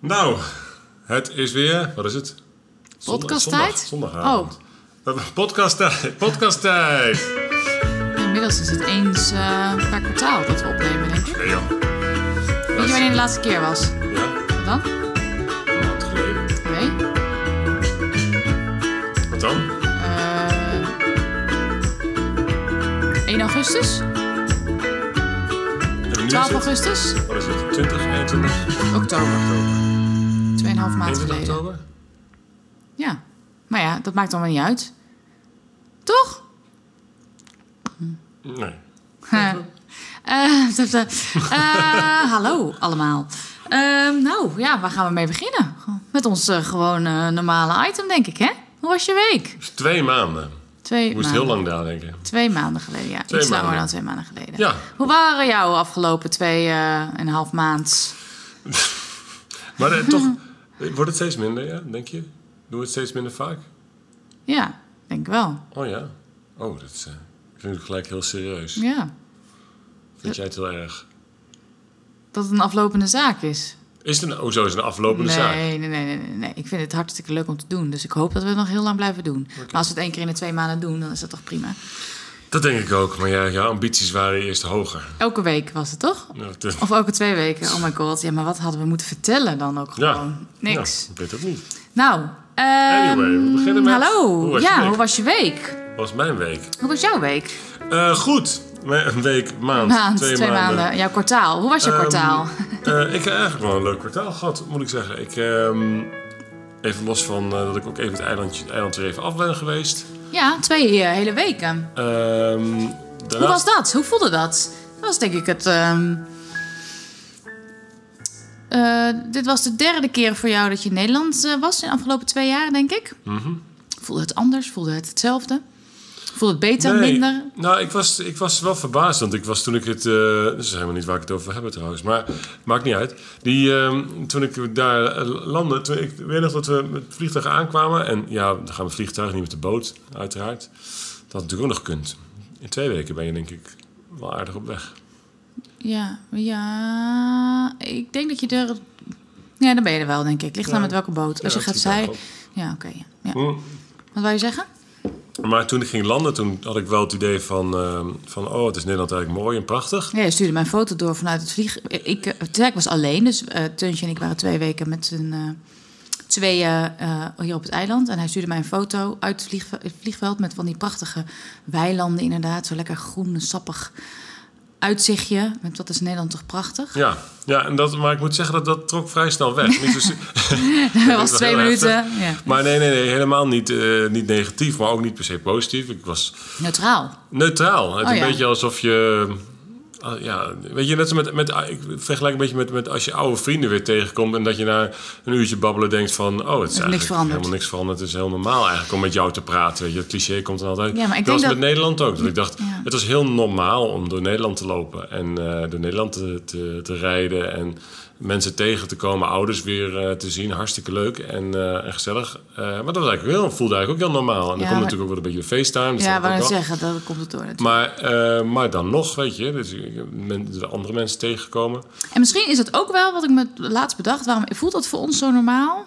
Nou, het is weer, wat is het? Zondag- Podcasttijd? Zondag, zondagavond. Oh. Podcasttijd. Podcasttijd. Inmiddels is het eens eh, per kwartaal dat we opnemen, denk ik. Nee joh. Weet je wanneer de laatste keer was? Ja, Wat dan? een maand geleden. Nee. Wat dan? Eh, 1 augustus? En nu is 12 het- augustus? Wat is het? 20, 21 Oktober. oktober. 2,5 maand 21 geleden. oktober? Ja. Maar ja, dat maakt allemaal niet uit. Toch? Nee. Eh, eh, eh, eh, hallo allemaal. Ehm, nou ja, waar gaan we mee beginnen? Met ons eh, gewoon eh, normale item, denk ik, hè? Hoe was je week? Dus twee maanden. Twee Ik moest maanden. heel lang nadenken. Twee maanden geleden, ja. Twee Iets langer maanden. dan twee maanden geleden. Ja. Hoe waren jouw afgelopen twee eh, en een half maand? Maar eh, toch, eh, wordt het steeds minder, ja, denk je? Doe het steeds minder vaak? Ja, denk ik wel. Oh ja. Oh, dat is, eh, ik vind het gelijk heel serieus. Ja. Vind jij het heel erg? Dat het een aflopende zaak is. Is het een, oh, zo is het een aflopende nee, zaak? Nee, nee, nee, nee, nee. Ik vind het hartstikke leuk om te doen. Dus ik hoop dat we het nog heel lang blijven doen. Maar als we het één keer in de twee maanden doen, dan is dat toch prima. Dat denk ik ook, maar ja, jouw ambities waren eerst hoger. Elke week was het toch? Ja, te- Of elke twee weken. Oh my god. Ja, maar wat hadden we moeten vertellen dan ook ja. gewoon? Oh, Niks. Ja, ik weet het ook niet. Nou. ehm, Anyway, we beginnen met- Hallo. Hoe was je ja, week? hoe was je week? was mijn week. Hoe was jouw week? Eh, goed, Mijn- een week, maand, Maand, twee, twee, maanden. Jouw kwartaal. Hoe was je Ehm, kwartaal? Eh, ik heb eigenlijk wel een leuk kwartaal gehad, moet ik zeggen. Ik, ehm, even los van eh, dat ik ook even het eilandje, het eiland weer even af ben geweest. Ja, twee eh, hele weken. Ehm, Hoe daarna- was dat? Hoe voelde dat? Dat was denk ik het... ehm, eh, dit was de derde keer voor jou dat je in Nederland eh, was in de afgelopen twee jaar, denk ik. Mhm. Voelde het anders? Voelde het hetzelfde? Voelde het beter, Nee, minder? Nou, ik was, ik was wel verbaasd, want ik was toen ik het... eh dat is helemaal niet waar ik het over heb trouwens, maar maakt niet uit. Die, ehm, toen ik daar eh, landde, toen, ik weet nog dat we met het vliegtuig aankwamen. En ja, dan gaan we met vliegtuig, niet met de boot, uiteraard. Dat had natuurlijk ook nog kunt. In twee weken ben je denk ik wel aardig op weg. Ja, ja, ik denk dat je er... Ja, dan ben je er wel, denk ik. Ligt aan Ja. met welke boot. Als Ja, het je gaat vliegtuig zij... Ja, oké. ja. Ja. Mm. Wat wou je zeggen? Maar toen ik ging landen, toen had ik wel het idee van... ehm, van oh, het is Nederland eigenlijk mooi en prachtig. Ja, je stuurde mijn foto door vanuit het vlieg. Ik, eh, Tjerk was alleen, dus eh Tuntje en ik waren twee weken met z'n eh, tweeën eh, hier op het eiland. En hij stuurde mij een foto uit het vliegve- het vliegveld met van die prachtige weilanden inderdaad. Zo lekker groen en sappig uitzichtje. Met wat is Nederland toch prachtig? Ja, ja en dat, maar ik moet zeggen dat dat trok vrij snel weg. Niet zo, Dat was was wel twee heel heftig. minuten. Ja. Maar nee, nee, nee helemaal niet, eh, niet negatief, maar ook niet per se positief. Ik was Neutraal. neutraal. Het Oh, een ja. beetje alsof je. ah, ja, weet je, net zo met, met. Ik vergelijk een beetje met, met als je oude vrienden weer tegenkomt. en dat je na een uurtje babbelen denkt van. oh, het is, eigenlijk veranderd. helemaal niks veranderd. Het is heel normaal eigenlijk om met jou te praten. Weet je, het cliché komt dan altijd. Ja, maar dat ik denk was dat- met Nederland ook. Dat ik dacht, Ja. het was heel normaal om door Nederland te lopen. en eh, door Nederland te, te, te rijden. en mensen tegen te komen, ouders weer eh, te zien. Hartstikke leuk en, eh, en gezellig. Eh, maar dat was eigenlijk wel, voelde eigenlijk ook heel normaal. En dan Ja, komt maar- natuurlijk ook wel een beetje de FaceTime. dat Ja, snap ik wou net wel. zeggen, dat komt het door. natuurlijk. Maar, eh, maar dan nog, weet je, dus ik heb men- er zijn andere mensen tegengekomen. En misschien is dat ook wel wat ik me laatst bedacht. Waarom voelt dat voor ons zo normaal?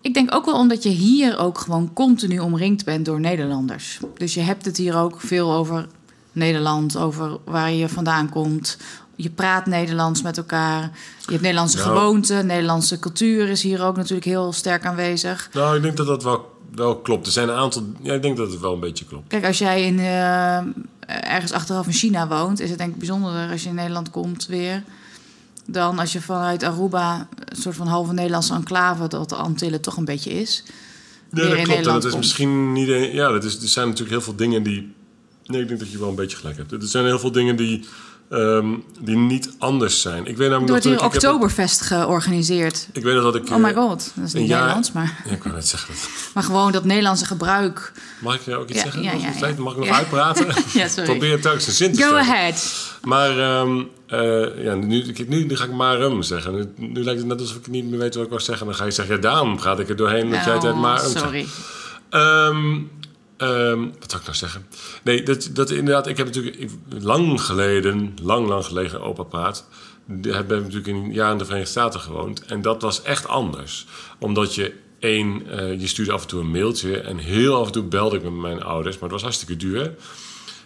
Ik denk ook wel omdat je hier ook gewoon continu omringd bent door Nederlanders. Dus je hebt het hier ook veel over Nederland, over waar je vandaan komt. Je praat Nederlands met elkaar. Je hebt Nederlandse Nou. gewoonten. Nederlandse cultuur is hier ook natuurlijk heel sterk aanwezig. Nou, ik denk dat dat wel, wel klopt. Er zijn een aantal. Ja, ik denk dat het wel een beetje klopt. Kijk, als jij in, eh, ergens achteraf in China woont, is het denk ik bijzonderder als je in Nederland komt weer. Dan als je vanuit Aruba, een soort van halve Nederlandse enclave, dat de Antillen toch een beetje is. Weer Ja, dat in klopt. En Nederland dat is komt. misschien niet. een- Ja, dat is, er zijn natuurlijk heel veel dingen die. Nee, ik denk dat je wel een beetje gelijk hebt. Er zijn heel veel dingen die, ehm, die niet anders zijn. Ik weet namelijk Er wordt nog hier toen ik- ik heb- Oktoberfest georganiseerd. Ik weet nog dat ik. Oh my eh, god, dat is een niet jaar- Nederlands, maar, Ja, ik wou net zeggen. dat- maar gewoon dat Nederlandse gebruik. Mag ik jou ook iets Ja, zeggen? ja, Nog een ja, klein- ja. Mag ik nog Ja. uitpraten? Ja, sorry. Probeer het telkens een zin te Go stellen. ahead. Maar ehm, eh, ja, nu, ik- nu, nu ga ik maar um zeggen. Nu, nu lijkt het net alsof ik niet meer weet wat ik wou zeggen. Dan ga je zeggen, ja, daarom gaat ik er doorheen dat jij het Oh, maar um zegt. sorry. Ehm, ehm, wat zou ik nou zeggen? Nee, dat, dat inderdaad, ik heb natuurlijk ik- lang geleden, lang, lang geleden opa praat. de- heb heb natuurlijk in jaren in de Verenigde Staten gewoond. En dat was echt anders. Omdat je één, eh, je stuurde af en toe een mailtje. En heel af en toe belde ik met mijn ouders. Maar het was hartstikke duur.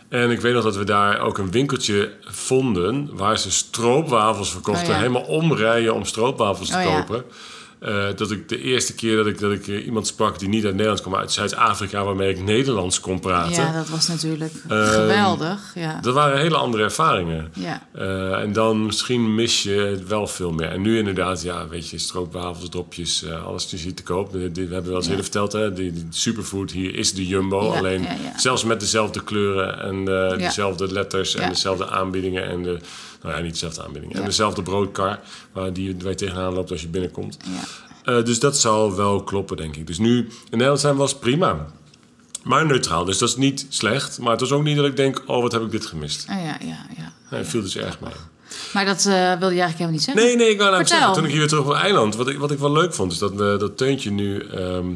En ik weet nog dat we daar ook een winkeltje vonden. waar ze stroopwafels verkochten. Oh ja. Helemaal omrijden om stroopwafels te Oh ja. kopen. Eh, dat ik de eerste keer dat ik, dat ik eh, iemand sprak die niet uit Nederland kwam, maar uit Zuid-Afrika, waarmee ik Nederlands kon praten. Ja, dat was natuurlijk Ehm, geweldig. Ja. Dat waren hele andere ervaringen. ja. Eh, en dan misschien mis je het wel veel meer. En nu inderdaad, ja, weet je, stroopwafels, dopjes, eh, alles is hier te koop. Eh, dit- we hebben wel eens Ja. eerder verteld, hè, die, die superfood hier is de Jumbo. Ja, alleen ja, ja. zelfs met dezelfde kleuren en eh, Ja. dezelfde letters en Ja. dezelfde aanbiedingen. En de, nou ja, niet dezelfde aanbiedingen. En Ja. dezelfde broodkar waar, die, waar je tegenaan loopt als je binnenkomt. Ja. Eh, dus dat zou wel kloppen, denk ik. Dus nu, in Nederland zijn was prima. Maar neutraal, dus dat is niet slecht. Maar het was ook niet dat ik denk, oh, wat heb ik dit gemist. Ah, ja, ja, ja. Nee, het viel dus erg mee. Maar dat eh, wilde je eigenlijk helemaal niet zeggen. Nee, nee, ik wou namelijk Vertel. zeggen, toen ik hier weer terug op het eiland... wat ik, wat ik wel leuk vond, is dat, we, dat Teuntje nu ehm,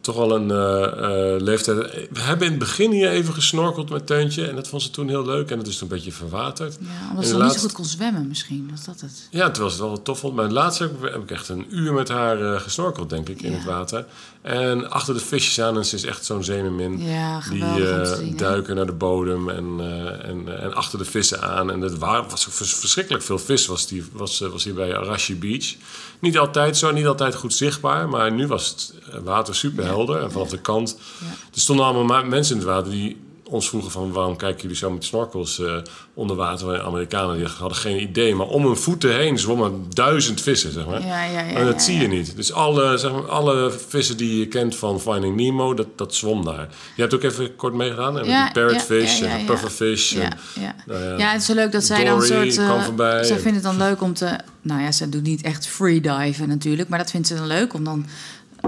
toch al een eh, eh, leeftijd... We hebben in het begin hier even gesnorkeld met Teuntje... en dat vond ze toen heel leuk en dat is toen een beetje verwaterd. Ja, En omdat ze de nog niet laatste- zo goed kon zwemmen misschien. Was dat het? Ja, terwijl ze het wel tof vond. Maar laatst heb ik, heb ik echt een uur met haar eh, gesnorkeld, denk ik, in Ja. het water. En achter de visjes aan, en ze is echt zo'n zeemermin. Ja, Die geweldig om te eh, zien. hè? duiken naar de bodem en, eh, en, eh, en achter de vissen aan. En het waar, was ook vers- verschrikkelijk veel vis was, die, was, eh, was hier bij Arashi Beach. Niet altijd zo, niet altijd goed zichtbaar. Maar nu was het eh, water super helder. En vanaf de kant... Ja. Er stonden allemaal ma- mensen in het water die ons vroegen van... waarom kijken jullie zo met snorkels eh, onder water? En Amerikanen die hadden geen idee. Maar om hun voeten heen zwommen duizend vissen, zeg maar. Ja, ja, ja. Maar dat ja, zie ja. je niet. Dus alle, zeg maar, alle vissen die je kent van Finding Nemo, dat, dat zwom daar. Je hebt ook even kort meegedaan. En Ja, die parrotfish ja, ja, ja, en ja. pufferfish. Ja, En, ja. nou ja. ja, het is zo leuk dat zij dan een Dory soort... eh, kwam voorbij. zij vinden het dan leuk om te... Nou ja, zij doet niet echt freediven natuurlijk. Maar dat vindt ze dan leuk om dan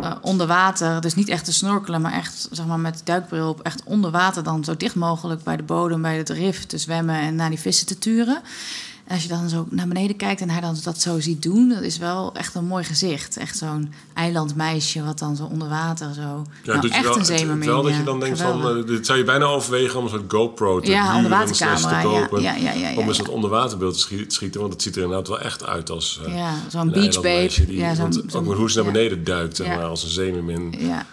eh, onder water... Dus niet echt te snorkelen, maar echt zeg maar, met duikbril op... echt onder water dan zo dicht mogelijk bij de bodem, bij het rif te zwemmen... en naar die vissen te turen. En als je dan zo naar beneden kijkt en haar dan dat zo ziet doen... dat is wel echt een mooi gezicht. Echt zo'n eilandmeisje wat dan zo onder water zo... ja, nou, doet je echt wel, een het- het- zeemermin. Wel dat ja. je dan denkt Geweldig. van, eh, dit zou je bijna overwegen om een soort GoPro te Ja, huren onderwatercamera, slash te ja, kopen, ja, ja, ja, ja, om een ja. soort onderwaterbeeld te schieten, te schieten. Want het ziet er inderdaad wel echt uit als eh, Ja, zo'n een beach eilandmeisje babe. Die, ja, zo'n, want ook zo'n- met hoe ze naar ja. beneden duikt, zeg Ja. maar, als een zeemermin Ja.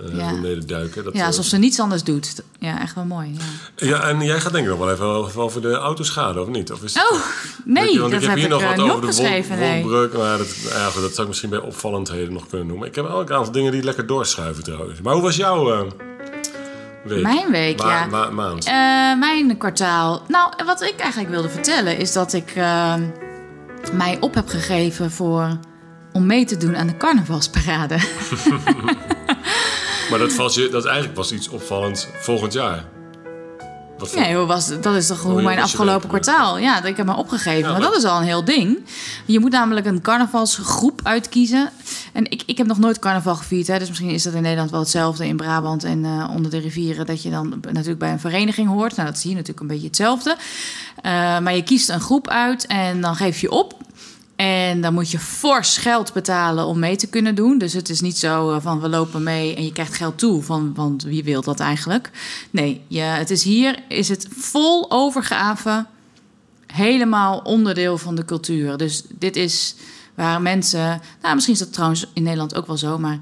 eh, Ja. naar beneden duiken. Dat, ja, eh, alsof ze niets anders doet. Ja, echt wel mooi. Ja. ja, en jij gaat denk ik nog wel even over- over de autoschade, of niet? Of is het- Oh, Weet je, nee, want dat ik heb heb hier ik nog eh, wat niet over de wond- opgeschreven. nee. wondbreuk. Maar dat, nou ja, goed, dat zou ik misschien bij opvallendheden nog kunnen noemen. Ik heb wel een aantal dingen die lekker doorschuiven trouwens. Maar hoe was jouw eh, week? Mijn week, Ma- ja. ma- maand. Eh, mijn kwartaal. Nou, wat ik eigenlijk wilde vertellen is dat ik eh, mij op heb gegeven voor om mee te doen aan de carnavalsparade. Maar dat, was, je- dat is eigenlijk was iets opvallends volgend jaar. Wat voor- Nee, hoe was, dat is toch hoe je- mijn wat Oh je afgelopen weet. kwartaal. Ja, dat ik heb me opgegeven. Ja, maar dat- dat is al een heel ding. Je moet namelijk een carnavalsgroep uitkiezen. En ik, ik heb nog nooit carnaval gevierd. Hè, dus misschien is dat in Nederland wel hetzelfde. In Brabant en eh, onder de rivieren. Dat je dan b- natuurlijk bij een vereniging hoort. Nou, dat zie je natuurlijk een beetje hetzelfde. Eh, maar je kiest een groep uit en dan geef je op. En dan moet je fors geld betalen om mee te kunnen doen. Dus het is niet zo eh, van we lopen mee en je krijgt geld toe. Van, want wie wil dat eigenlijk? Nee, je, het is hier is het vol overgave. Helemaal onderdeel van de cultuur. Dus dit is waar mensen. Nou, misschien is dat trouwens in Nederland ook wel zo. Maar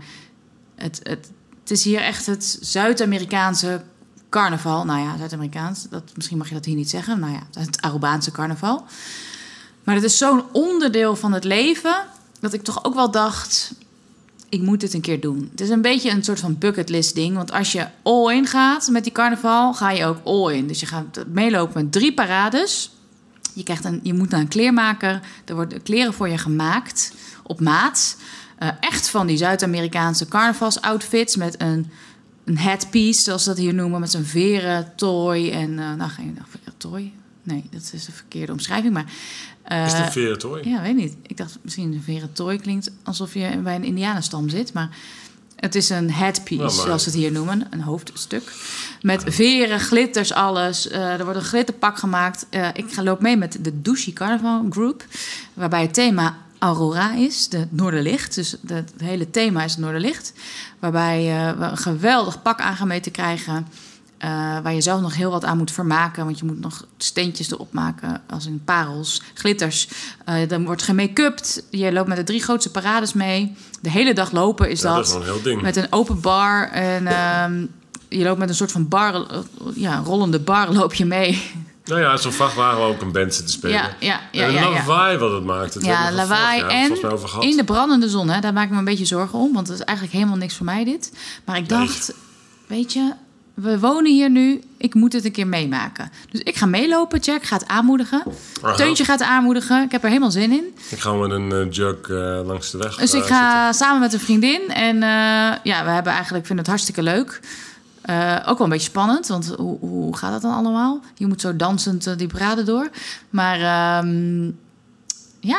het, het, het is hier echt het Zuid-Amerikaanse carnaval. Nou ja, Zuid-Amerikaans. Dat, misschien mag je dat hier niet zeggen. Nou ja, het Arubaanse carnaval. Maar het is zo'n onderdeel van het leven dat ik toch ook wel dacht: ik moet dit een keer doen. Het is een beetje een soort van bucketlist ding. Want als je all in gaat met die carnaval, ga je ook all in. Dus je gaat meelopen met drie parades. Je, krijgt een, je moet naar een kleermaker. Er worden kleren voor je gemaakt op maat. Eh, echt van die Zuid-Amerikaanse carnavalsoutfits met een, een headpiece, zoals ze dat hier noemen, met zo'n veren tooi en eh, nou geen veren tooi. Nee, dat is de verkeerde omschrijving, maar eh, is de veren tooi? ja, weet niet. Ik dacht misschien een veren tooi klinkt alsof je bij een indianenstam zit, maar het is een headpiece, Nou, maar- zoals ze het hier noemen, een hoofdstuk. Met veren, glitters, alles. Eh, er wordt een glitterpak gemaakt. Eh, ik ga loop mee met de Douchy Carnival Group, waarbij het thema Aurora is, de Noorderlicht. Dus de- het hele thema is het Noorderlicht. Waarbij eh, we een geweldig pak aangemeten krijgen. eh, waar je zelf nog heel wat aan moet vermaken. Want je moet nog steentjes erop maken, als in parels, glitters. Eh dan wordt gemake-upt. Je loopt met de drie grootste parades mee. De hele dag lopen is Ja, dat dat. is wel een heel ding. Met een open bar. En ehm, je loopt met een soort van bar, eh, ja, rollende bar loop je mee. Nou ja, zo'n vrachtwagen waar ook een band zit te spelen. Ja, ja, ja, en ja, ja. lawaai wat het maakt. Het Ja, hebben we vorig lawaai jaar en volgens mij over gehad. in de brandende zon. Hè, daar maak ik me een beetje zorgen om. Want het is eigenlijk helemaal niks voor mij dit. Maar ik dacht, weet je, we wonen hier nu. Ik moet het een keer meemaken. Dus ik ga meelopen. Jack gaat aanmoedigen. Aha. Teuntje gaat aanmoedigen. Ik heb er helemaal zin in. Ik ga met een eh, jug eh, langs de weg. Dus eh, ik ga zitten. samen met een vriendin. En eh, ja, we hebben eigenlijk, vinden het hartstikke leuk. Eh, ook wel een beetje spannend, want hoe, hoe gaat dat dan allemaal? Je moet zo dansend eh, die parade door. Maar ehm, ja,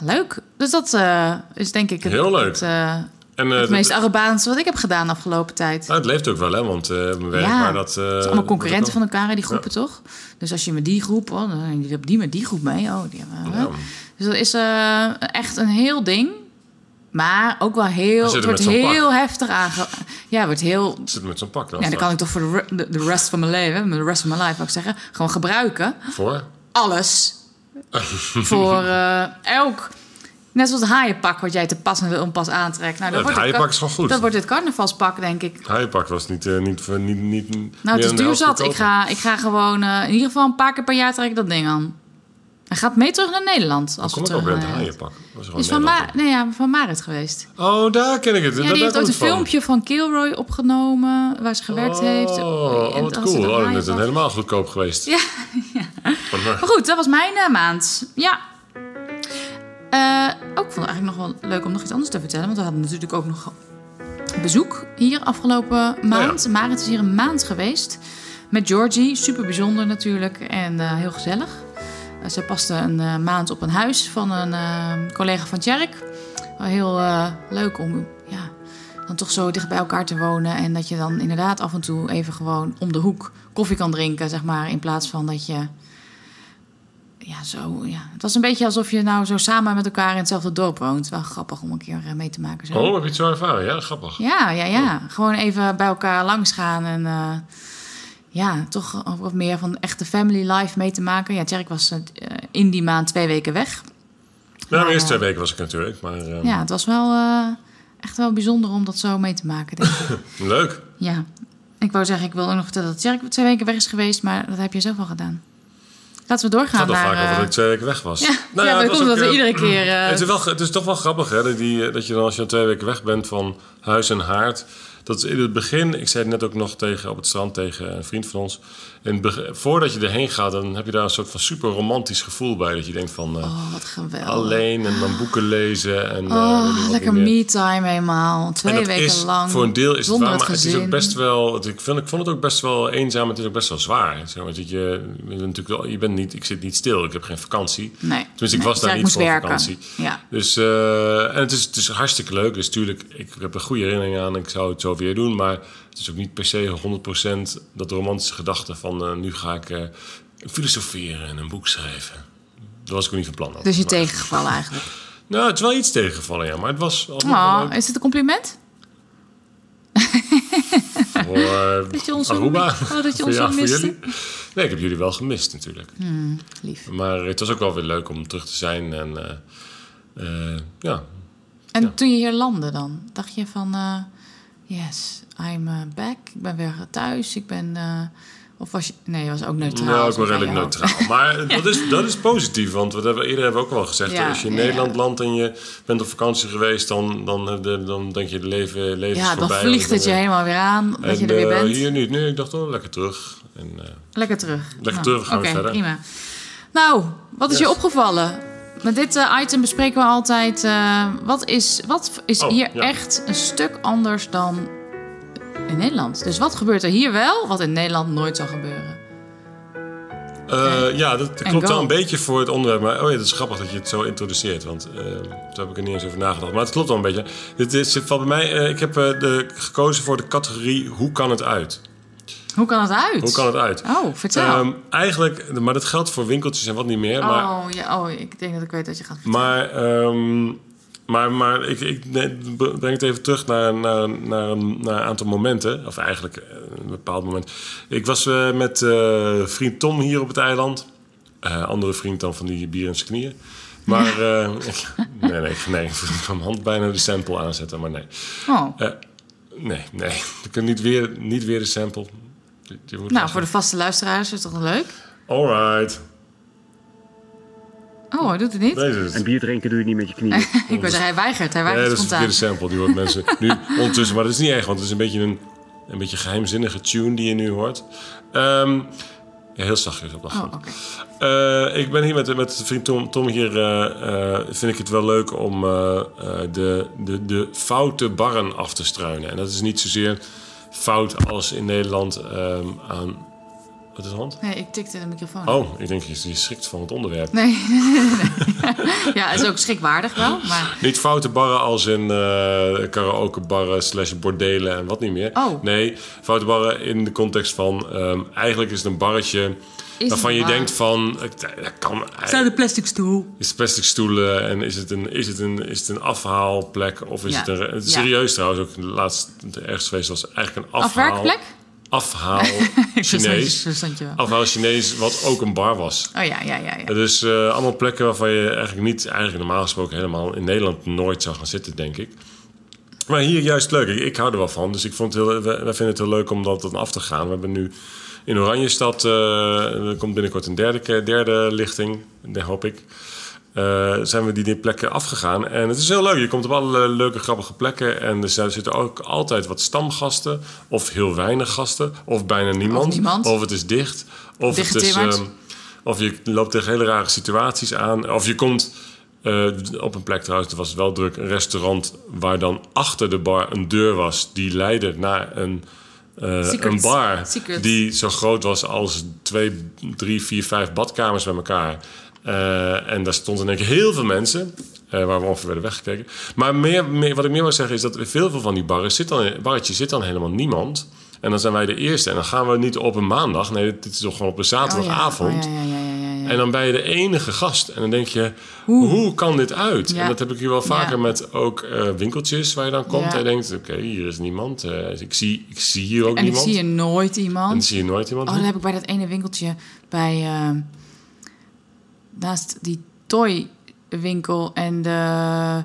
leuk. Dus dat eh, is denk ik het, Heel leuk. het, eh, En eh, het dat- meest Arabaanse wat ik heb gedaan de afgelopen tijd. nou, het leeft ook wel, hè? Want eh mijn werk, Ja, maar dat... eh, Het zijn allemaal concurrenten dat van elkaar, hè, die groepen toch? Dus als je met die groep, oh, dan zijn die op die met die groep mee. Oh, die hebben, kan. Ja. Dus dat is eh, echt een heel ding. Maar ook wel heel. Dan zitten Het we wordt met zo'n heel heftig aange. Ja, wordt heel. Zit met zo'n pak dan. Ja, dan kan ik toch voor de re- de, de rest van mijn leven, de rest van mijn life, wou ik zeggen, gewoon gebruiken. Voor? Alles. voor eh, elk. Net zoals het haaienpak wat jij te pas en te onpas aantrekt. Nou, Ja, dat het wordt haaienpak kar- is gewoon goed. Dat wordt het carnavalspak, denk ik. Haaienpak was niet... eh, niet, voor- niet, niet Nou, meer het dan is de duur helft zat. Ik goedkoper. ga, ik ga gewoon eh, in ieder geval een paar keer per jaar trek ik dat ding aan. Hij gaat mee terug naar Nederland. Als eh, Kom we ik ook terug weer naar een Nederland. haaienpak. Dat Is van, Nederland, Ma- nee, ja, van Marit geweest. toch? Oh, daar ken ik het. Ja, die heeft ook ooit een filmpje van Kilroy opgenomen waar ze gewerkt heeft. Oh, En oh, wat toen had ze cool. dat Oh, dan live is het op. helemaal goedkoop geweest. Ja, Maar, maar, Maar goed, dat was mijn eh, maand. Ja. Eh, ook ik vond het eigenlijk nog wel leuk om nog iets anders te vertellen, want we hadden natuurlijk ook nog bezoek hier afgelopen maand. Marit is hier een maand geweest met Georgie. Super bijzonder natuurlijk en eh, heel gezellig. Eh, zij paste een eh, maand op een huis van een eh, collega van Tjerk. Wel heel eh, leuk om ja, dan toch zo dicht bij elkaar te wonen. En dat je dan inderdaad af en toe even gewoon om de hoek koffie kan drinken, zeg maar. In plaats van dat je. Ja, zo. Ja. Het was een beetje alsof je nou zo samen met elkaar in hetzelfde dorp woont. Wel grappig om een keer eh, mee te maken. Zo. oh, heb je het zo ervaren? Ja, grappig. Ja, ja, ja. Gewoon even bij elkaar langs gaan en eh, ja, toch ook wat meer van echte family life mee te maken. Ja, Tjerk was eh, in die maand twee weken weg. Nou, de Maar, eerste twee eh, weken was ik natuurlijk, maar eh, Ja, het was wel eh, echt wel bijzonder om dat zo mee te maken. Denk ik. leuk. ja, ik wou zeggen, ik wil ook nog vertellen dat Tjerk twee weken weg is geweest, maar dat heb je zelf al gedaan. Laten we Het doorgaan gaat al naar. vaak over eh, dat ik twee weken weg was. ja, ja, het was dat komt ook, dat we eh, iedere keer. eh, Het is, wel, het is toch wel grappig hè, dat, die, eh, dat je dan als je dan twee weken weg bent van huis en haard. Dat is in het begin, ik zei het net ook nog tegen, op het strand tegen een vriend van ons. In het beg- voordat je erheen gaat, dan heb je daar een soort van super romantisch gevoel bij. Dat je denkt van eh, oh, wat geweldig. alleen en dan boeken lezen. En, eh, weet ik Oh, wat lekker niet meer. me-time helemaal. Twee en dat weken is, lang. Voor een deel is het zonder waar, maar het is ook gezin. best wel. het- Ik, vind, ik vond het ook best wel eenzaam. Het is ook best wel zwaar. Zeg maar, dat je, je, bent natuurlijk, wel- je bent niet, ik zit niet stil. Ik heb geen vakantie. Nee. Tenminste, ik Nee, was daar Tjerk niet moest voor op werken. vakantie. Ja. Dus, eh, en het is, het is hartstikke leuk. Dus tuurlijk, ik heb er goede herinneringen aan. Ik zou het zo weer doen. Maar het is ook niet per se 100% dat romantische gedachte van... eh, nu ga ik eh, filosoferen en een boek schrijven. Dat was ik ook niet van plan. Dus je Maar- tegengevallen eigenlijk. Nou, het is wel iets tegengevallen, ja. Maar het was al Oh, is dit een compliment? voor eh, Dat je ons zo Aruba. mi- oh, dat je Voor ons zo jou, voor miste. jullie. Nee, ik heb jullie wel gemist natuurlijk. Lief. Maar het was ook wel weer leuk om terug te zijn. En eh, eh, ja, En toen je hier landde dan, dacht je van... eh, yes, I'm eh, back. Ik ben weer thuis. Ik ben... eh, of was je... Nee, je was ook neutraal. Nou, ook dus wel dat redelijk zei je ook. neutraal. Maar dat, is, dat is positief, want wat hebben, we- eerder hebben we ook al gezegd. Ja, als je in ja, ja. Nederland landt en je bent op vakantie geweest, dan, dan, heb je- dan denk je de leven, leven Ja, is dan voorbij. eh, vliegt het je En, helemaal weer aan dat je er weer eh, bent. Hier niet. Nee, ik dacht, oh, lekker terug. En, eh, Lekker terug. Nou, Lekker terug, we gaan Oké, weer verder. prima. Nou, wat is Yes. je opgevallen? Met dit eh, item bespreken we altijd... eh, wat is, wat is Oh, hier ja. echt een stuk anders dan in Nederland? Dus wat gebeurt er hier wel, wat in Nederland nooit zal gebeuren? eh, ja, dat En klopt go. wel een beetje voor het onderwerp. Maar oh ja, dat is grappig dat je het zo introduceert, want eh, daar heb ik er niet eens over nagedacht. Maar het klopt wel een beetje. Dit is, dit valt bij mij, eh, ik heb eh, de, gekozen voor de categorie Hoe kan het uit? Hoe kan het uit? Hoe kan het uit? Oh, vertel. Ehm, eigenlijk, maar dat geldt voor winkeltjes en wat niet meer. Maar oh, ja, oh, ik denk dat ik weet dat je gaat vertellen. Maar ehm, Maar, maar ik, ik nee, breng het even terug naar, naar, naar, een, naar een aantal momenten. Of eigenlijk eh, een bepaald moment. Ik was eh, met eh, vriend Tom hier op het eiland. Eh, andere vriend dan van die bier en zijn knieën. Maar eh, ik- nee, nee, nee, ik van mijn hand bijna de sample aanzetten, maar nee. Oh. Eh, nee, nee. Ik kan niet weer, niet weer de sample. Je- je moet Nou, lachen. voor de vaste luisteraars is het toch leuk? Alright. Oh, hij doet het niet. Nee, dat is En bier drinken doe je niet met je knieën. Ik word, hij weigert, hij Nee, weigert dat is een spontaan. verkeerde sample. Die hoort mensen nu ondertussen. Maar dat is niet erg, want het is een beetje een, een beetje geheimzinnige tune die je nu hoort. Ehm, ja, heel zachtjes op de Oh, grond. oké. Eh, ik ben hier met, met vriend Tom. Tom hier eh, eh, vind ik het wel leuk om eh, eh, de, de, de foute barren af te struinen. En dat is niet zozeer fout als in Nederland ehm, aan... Wat is de hand? Nee, ik tikte de microfoon. Oh, ik denk, je je schrikt van het onderwerp. Nee, nee, nee. Ja, is ook schrikwaardig wel, maar... Niet foute barren als in eh karaoke barren slash bordelen en wat niet meer. Oh. Nee, foute barren in de context van... ehm, eigenlijk is het een barretje Is waarvan het je waar? denkt van... eh, Dat kan, de plastic stoel. is het plastic stoelen en is het een, is het een, is het een afhaalplek? Of is Ja. het een... het is Ja. Serieus trouwens, ook laatst ergens geweest was eigenlijk een afhaal... Afwerkplek? Afhaal Chinees. verstand je wel. Afhaal Chinees, wat ook een bar was. Oh ja, ja, ja. ja. Dus eh, allemaal plekken waarvan je eigenlijk niet, eigenlijk normaal gesproken helemaal in Nederland nooit zou gaan zitten, denk ik. Maar hier juist leuk. Ik, ik hou er wel van. Dus ik vond het heel, wij, wij vinden het heel leuk om dat dan af te gaan. We hebben nu in Oranjestad, eh er komt binnenkort een derde, keer- derde lichting, dat hoop ik. eh, zijn we die, die plekken afgegaan. En het is heel leuk. Je komt op alle leuke, grappige plekken. En er zijn- zitten ook altijd wat stamgasten. Of heel weinig gasten. Of bijna niemand. niemand. Of het is dicht. Of het is, Dichtgetimmerd. ehm, of je loopt tegen hele rare situaties aan. Of je komt eh, op een plek trouwens, er was wel druk, een restaurant waar dan achter de bar een deur was die leidde naar een, eh, Secrets. een bar Secrets. die zo groot was als twee, drie, vier, vijf badkamers bij elkaar. Eh, en daar stonden in één keer heel veel mensen. eh, waar we ongeveer werden weggekeken. Maar meer, meer, wat ik meer wil zeggen is dat in veel veel van die barren zit dan, barretjes zit dan helemaal niemand. En dan zijn wij de eerste. En dan gaan we niet op een maandag. Nee, dit dit is toch gewoon op een zaterdagavond. Oh, ja, ja, ja, ja, ja, ja. En dan ben je de enige gast. En dan denk je, hoe, kan dit uit? Ja. En dat heb ik hier wel vaker Ja. met ook eh, winkeltjes waar je dan komt. Ja. En je denkt, oké, hier is niemand. Eh, ik, zie, ik zie hier ook En ik niemand. zie je nooit En dan iemand. zie je nooit iemand. Oh, dat heb ik bij dat ene winkeltje bij... ehm, naast die toywinkel en de...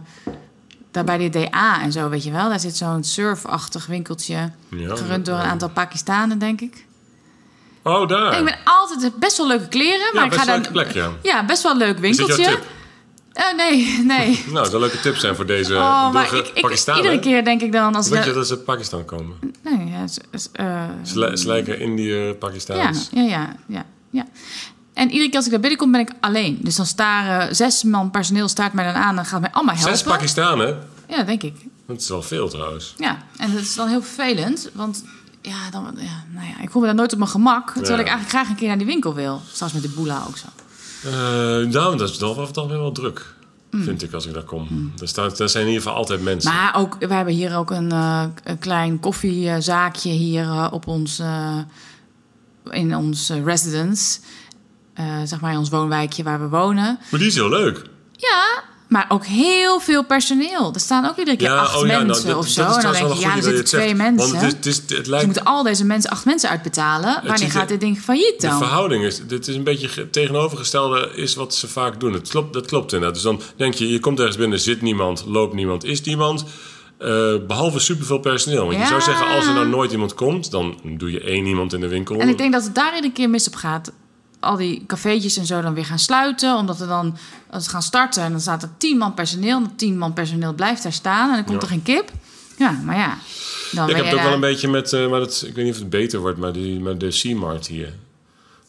Daar bij de DA en zo, weet je wel. Daar zit zo'n surfachtig winkeltje. Ja, gerund door een ja. aantal Pakistanen, denk ik. Oh, daar. Ik ben altijd best wel leuke kleren, ja, maar ik ga best een leuke dan... plek, ja. Ja, best wel een leuk Is dit jouw winkeltje. tip? Eh, nee, nee. Nou, dat zou leuke tips zijn voor deze Oh, maar burger ik, ik, Pakistanen. iedere keer denk ik dan als Hoe weet ik... je dat ze uit Pakistan komen? Nee, ja, het is- eh, Ze, li- ze lijken Indië, ja, Pakistaans. ja, ja, ja, ja. En iedere keer als ik daar binnenkom, ben ik alleen. Dus dan staren zes man personeel staart mij dan aan en gaat mij allemaal helpen. Zes Pakistanen? Ja, denk ik. Dat is wel veel trouwens. Ja, en dat is dan heel vervelend, want ja, dan, ja, nou ja, ik voel me daar nooit op mijn gemak. Terwijl Ja. ik eigenlijk graag een keer naar die winkel wil. Straks met de boela ook zo. Eh daarom, dat is toch wel, toch wel druk. Vind ik als ik daar kom. Er, staan, er zijn in ieder geval altijd mensen. Hmm. Maar ook, wij hebben hier ook een, eh, een klein koffiezaakje hier eh, op ons, eh, in ons eh, residence. Eh, zeg maar in ons woonwijkje waar we wonen. Maar die is heel leuk. Ja, maar ook heel veel personeel. Er staan ook iedere keer acht nou, mensen dat- of dat zo. is En dan trouwens wel denk een je, ja, goeie dat je er zitten het zegt. twee Want mensen. het, is- het, is- het Ze lijkt, moeten al deze mensen acht mensen uitbetalen. Wanneer ziet er- gaat dit ding failliet de dan? verhouding is, dit is een beetje ge- tegenovergestelde is wat ze vaak doen. Het klopt, dat klopt inderdaad. Dus dan denk je, je komt ergens binnen, zit niemand, loopt niemand, is niemand. Eh, behalve superveel personeel. Want je Ja. zou zeggen, als er nou nooit iemand komt, dan doe je één iemand in de winkel. En ik denk dat het daar iedere keer mis op gaat. Al die cafeetjes en zo dan weer gaan sluiten. Omdat we dan als we gaan starten. En dan staat er tien man personeel. En dat tien man personeel blijft daar staan. En dan Ja. komt er geen kip. Ja, maar ja. Dan ik heb ben je het ook daar- wel een beetje met, eh, maar dat, ik weet niet of het beter wordt, maar, die, maar de C-Mart hier.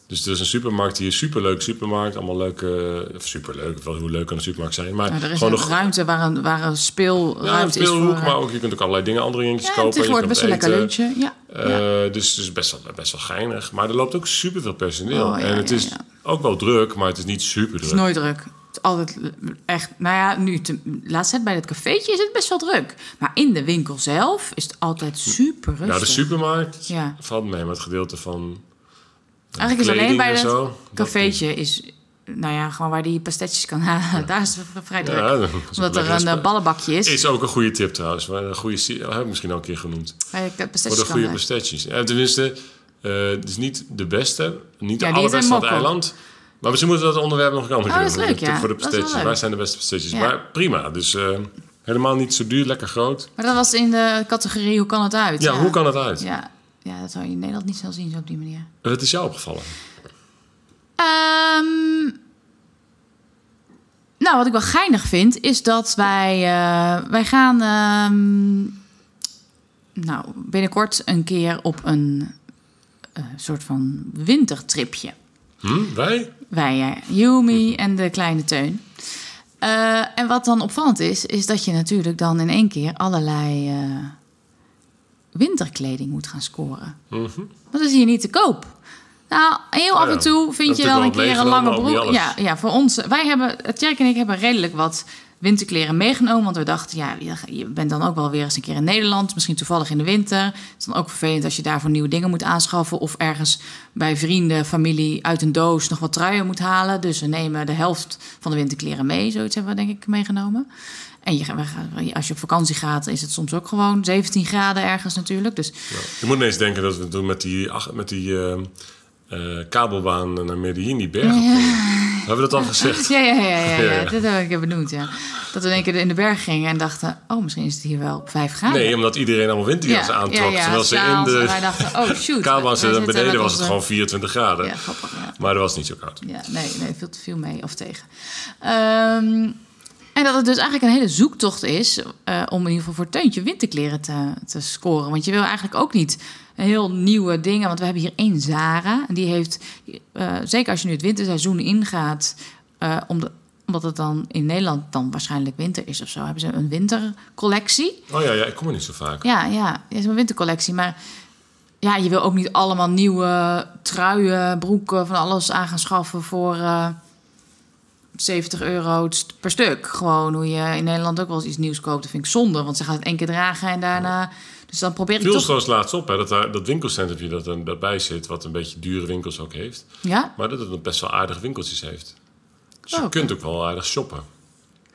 Dus er is een supermarkt hier, superleuk supermarkt. Allemaal leuke, of superleuk, wel hoe leuk kan een supermarkt zijn. Maar Nou, er is gewoon een nog ruimte waar een, waar een Ja, een speelruimte is voor... eh, speelhoek, maar ook je kunt ook allerlei dingen, andere dingetjes ja, kopen. Je tegenwoordig kunt best wel lekker eten. lunchen. Ja. ja. Eh, Dus, dus best, wel, best wel geinig. Maar er loopt ook superveel personeel. Oh, ja, en het ja, is ja. ook wel druk, maar het is niet super Het druk. is nooit druk. Het is altijd echt... Nou ja, nu... Te, laatst net bij het cafeetje is het best wel druk. Maar in de winkel zelf is het altijd super rustig. nou, de supermarkt Ja. valt mee, maar het gedeelte van Eigenlijk is alleen kleding bij en het zo, dat- cafeetje is nou ja, gewoon waar die pastetjes kan halen. Daar is het vrij druk. Ja, dat is Omdat er lekker. een eh, ballenbakje is, Is ook een goede tip trouwens. maar Een goede, si- dat heb ik misschien al een keer genoemd. waar je Voor pastetjes de kan goede halen. pastetjes. Eh, tenminste, eh, het is niet de beste. Niet de Ja, die allerbeste zijn van het mokko. eiland. Maar misschien moeten we dat onderwerp nog een andere Oh, keer dat is doen. leuk, Tip ja. Voor de Dat is wel pastetjes. leuk. Waar zijn de beste pastetjes? Ja. Maar prima. Dus eh, helemaal niet zo duur. Lekker groot. Maar dat was in de categorie hoe kan het uit? Ja, hoe kan het uit? Ja. ja, dat zou je in Nederland niet snel zien zo op die manier. Wat is jou opgevallen? Ehm, nou, wat ik wel geinig vind, is dat wij, eh, wij gaan ehm, nou, binnenkort een keer op een eh, soort van wintertripje. Hm? Wij? Wij, eh, Yumi en de kleine Teun. Eh, en wat dan opvallend is, is dat je natuurlijk dan in één keer allerlei eh, winterkleding moet gaan scoren. Want dat is hier niet te koop. Nou, heel af Ah, ja. en toe Dat vind je is dan een natuurlijk keer een wel lange meegenomen, broek. ook niet Ja, alles. ja, voor ons. Wij hebben, Tjerk en ik hebben redelijk wat winterkleren meegenomen. Want we dachten, ja, je- je bent dan ook wel weer eens een keer in Nederland. Misschien toevallig in de winter. Het is dan ook vervelend als je daarvoor nieuwe dingen moet aanschaffen. Of ergens bij vrienden, familie uit een doos nog wat truien moet halen. Dus we nemen de helft van de winterkleren mee. Zoiets hebben we denk ik meegenomen. En je, we gaan- als je op vakantie gaat, is het soms ook gewoon 17 graden ergens natuurlijk. Dus Je moet ineens denken dat we toen met die, ach- met die eh, eh, kabelbaan naar Medellin, die bergen. Hebben we dat al gezegd? Ja, ja, ja, ja, Ja, ja, ja. dat heb ik even benoemd, ja. Dat we in één keer in de berg gingen en dachten... oh, misschien is het hier wel op vijf graden. Nee, omdat iedereen allemaal winterjas aantrok. terwijl ze in s'avonds. En de wij dachten, oh shoot. kabelbaan wij zitten zitten en beneden met was het onze- gewoon 24 graden. Ja, grappig, ja. Maar dat was niet zo koud. Ja, nee, nee, viel, viel mee of tegen. Ehm, en dat het dus eigenlijk een hele zoektocht is eh, om in ieder geval voor Teuntje winterkleren te, te scoren. Want je wil eigenlijk ook niet heel nieuwe dingen. Want we hebben hier één Zara. En die heeft, eh, zeker als je nu het winterseizoen ingaat, eh, om de- omdat het dan in Nederland dan waarschijnlijk winter is of zo, hebben ze een wintercollectie. Oh ja, ja ik kom er niet zo vaak. Ja, ja, ja, het is een wintercollectie. Maar ja, je wil ook niet allemaal nieuwe truien, broeken, van alles aan gaan schaffen voor eh, 70 euro st- per stuk. Gewoon hoe je in Nederland ook wel eens iets nieuws koopt. Dat vind ik zonde, want ze gaan het één keer dragen en daarna... Dus dan probeer ik Viel toch... zoals laatst op, hè, dat, daar- dat winkelcentrumje dat er, daarbij zit, wat een beetje dure winkels ook heeft. Ja? Maar dat het nog best wel aardige winkeltjes heeft. Dus Oh, je oké. kunt ook wel aardig shoppen.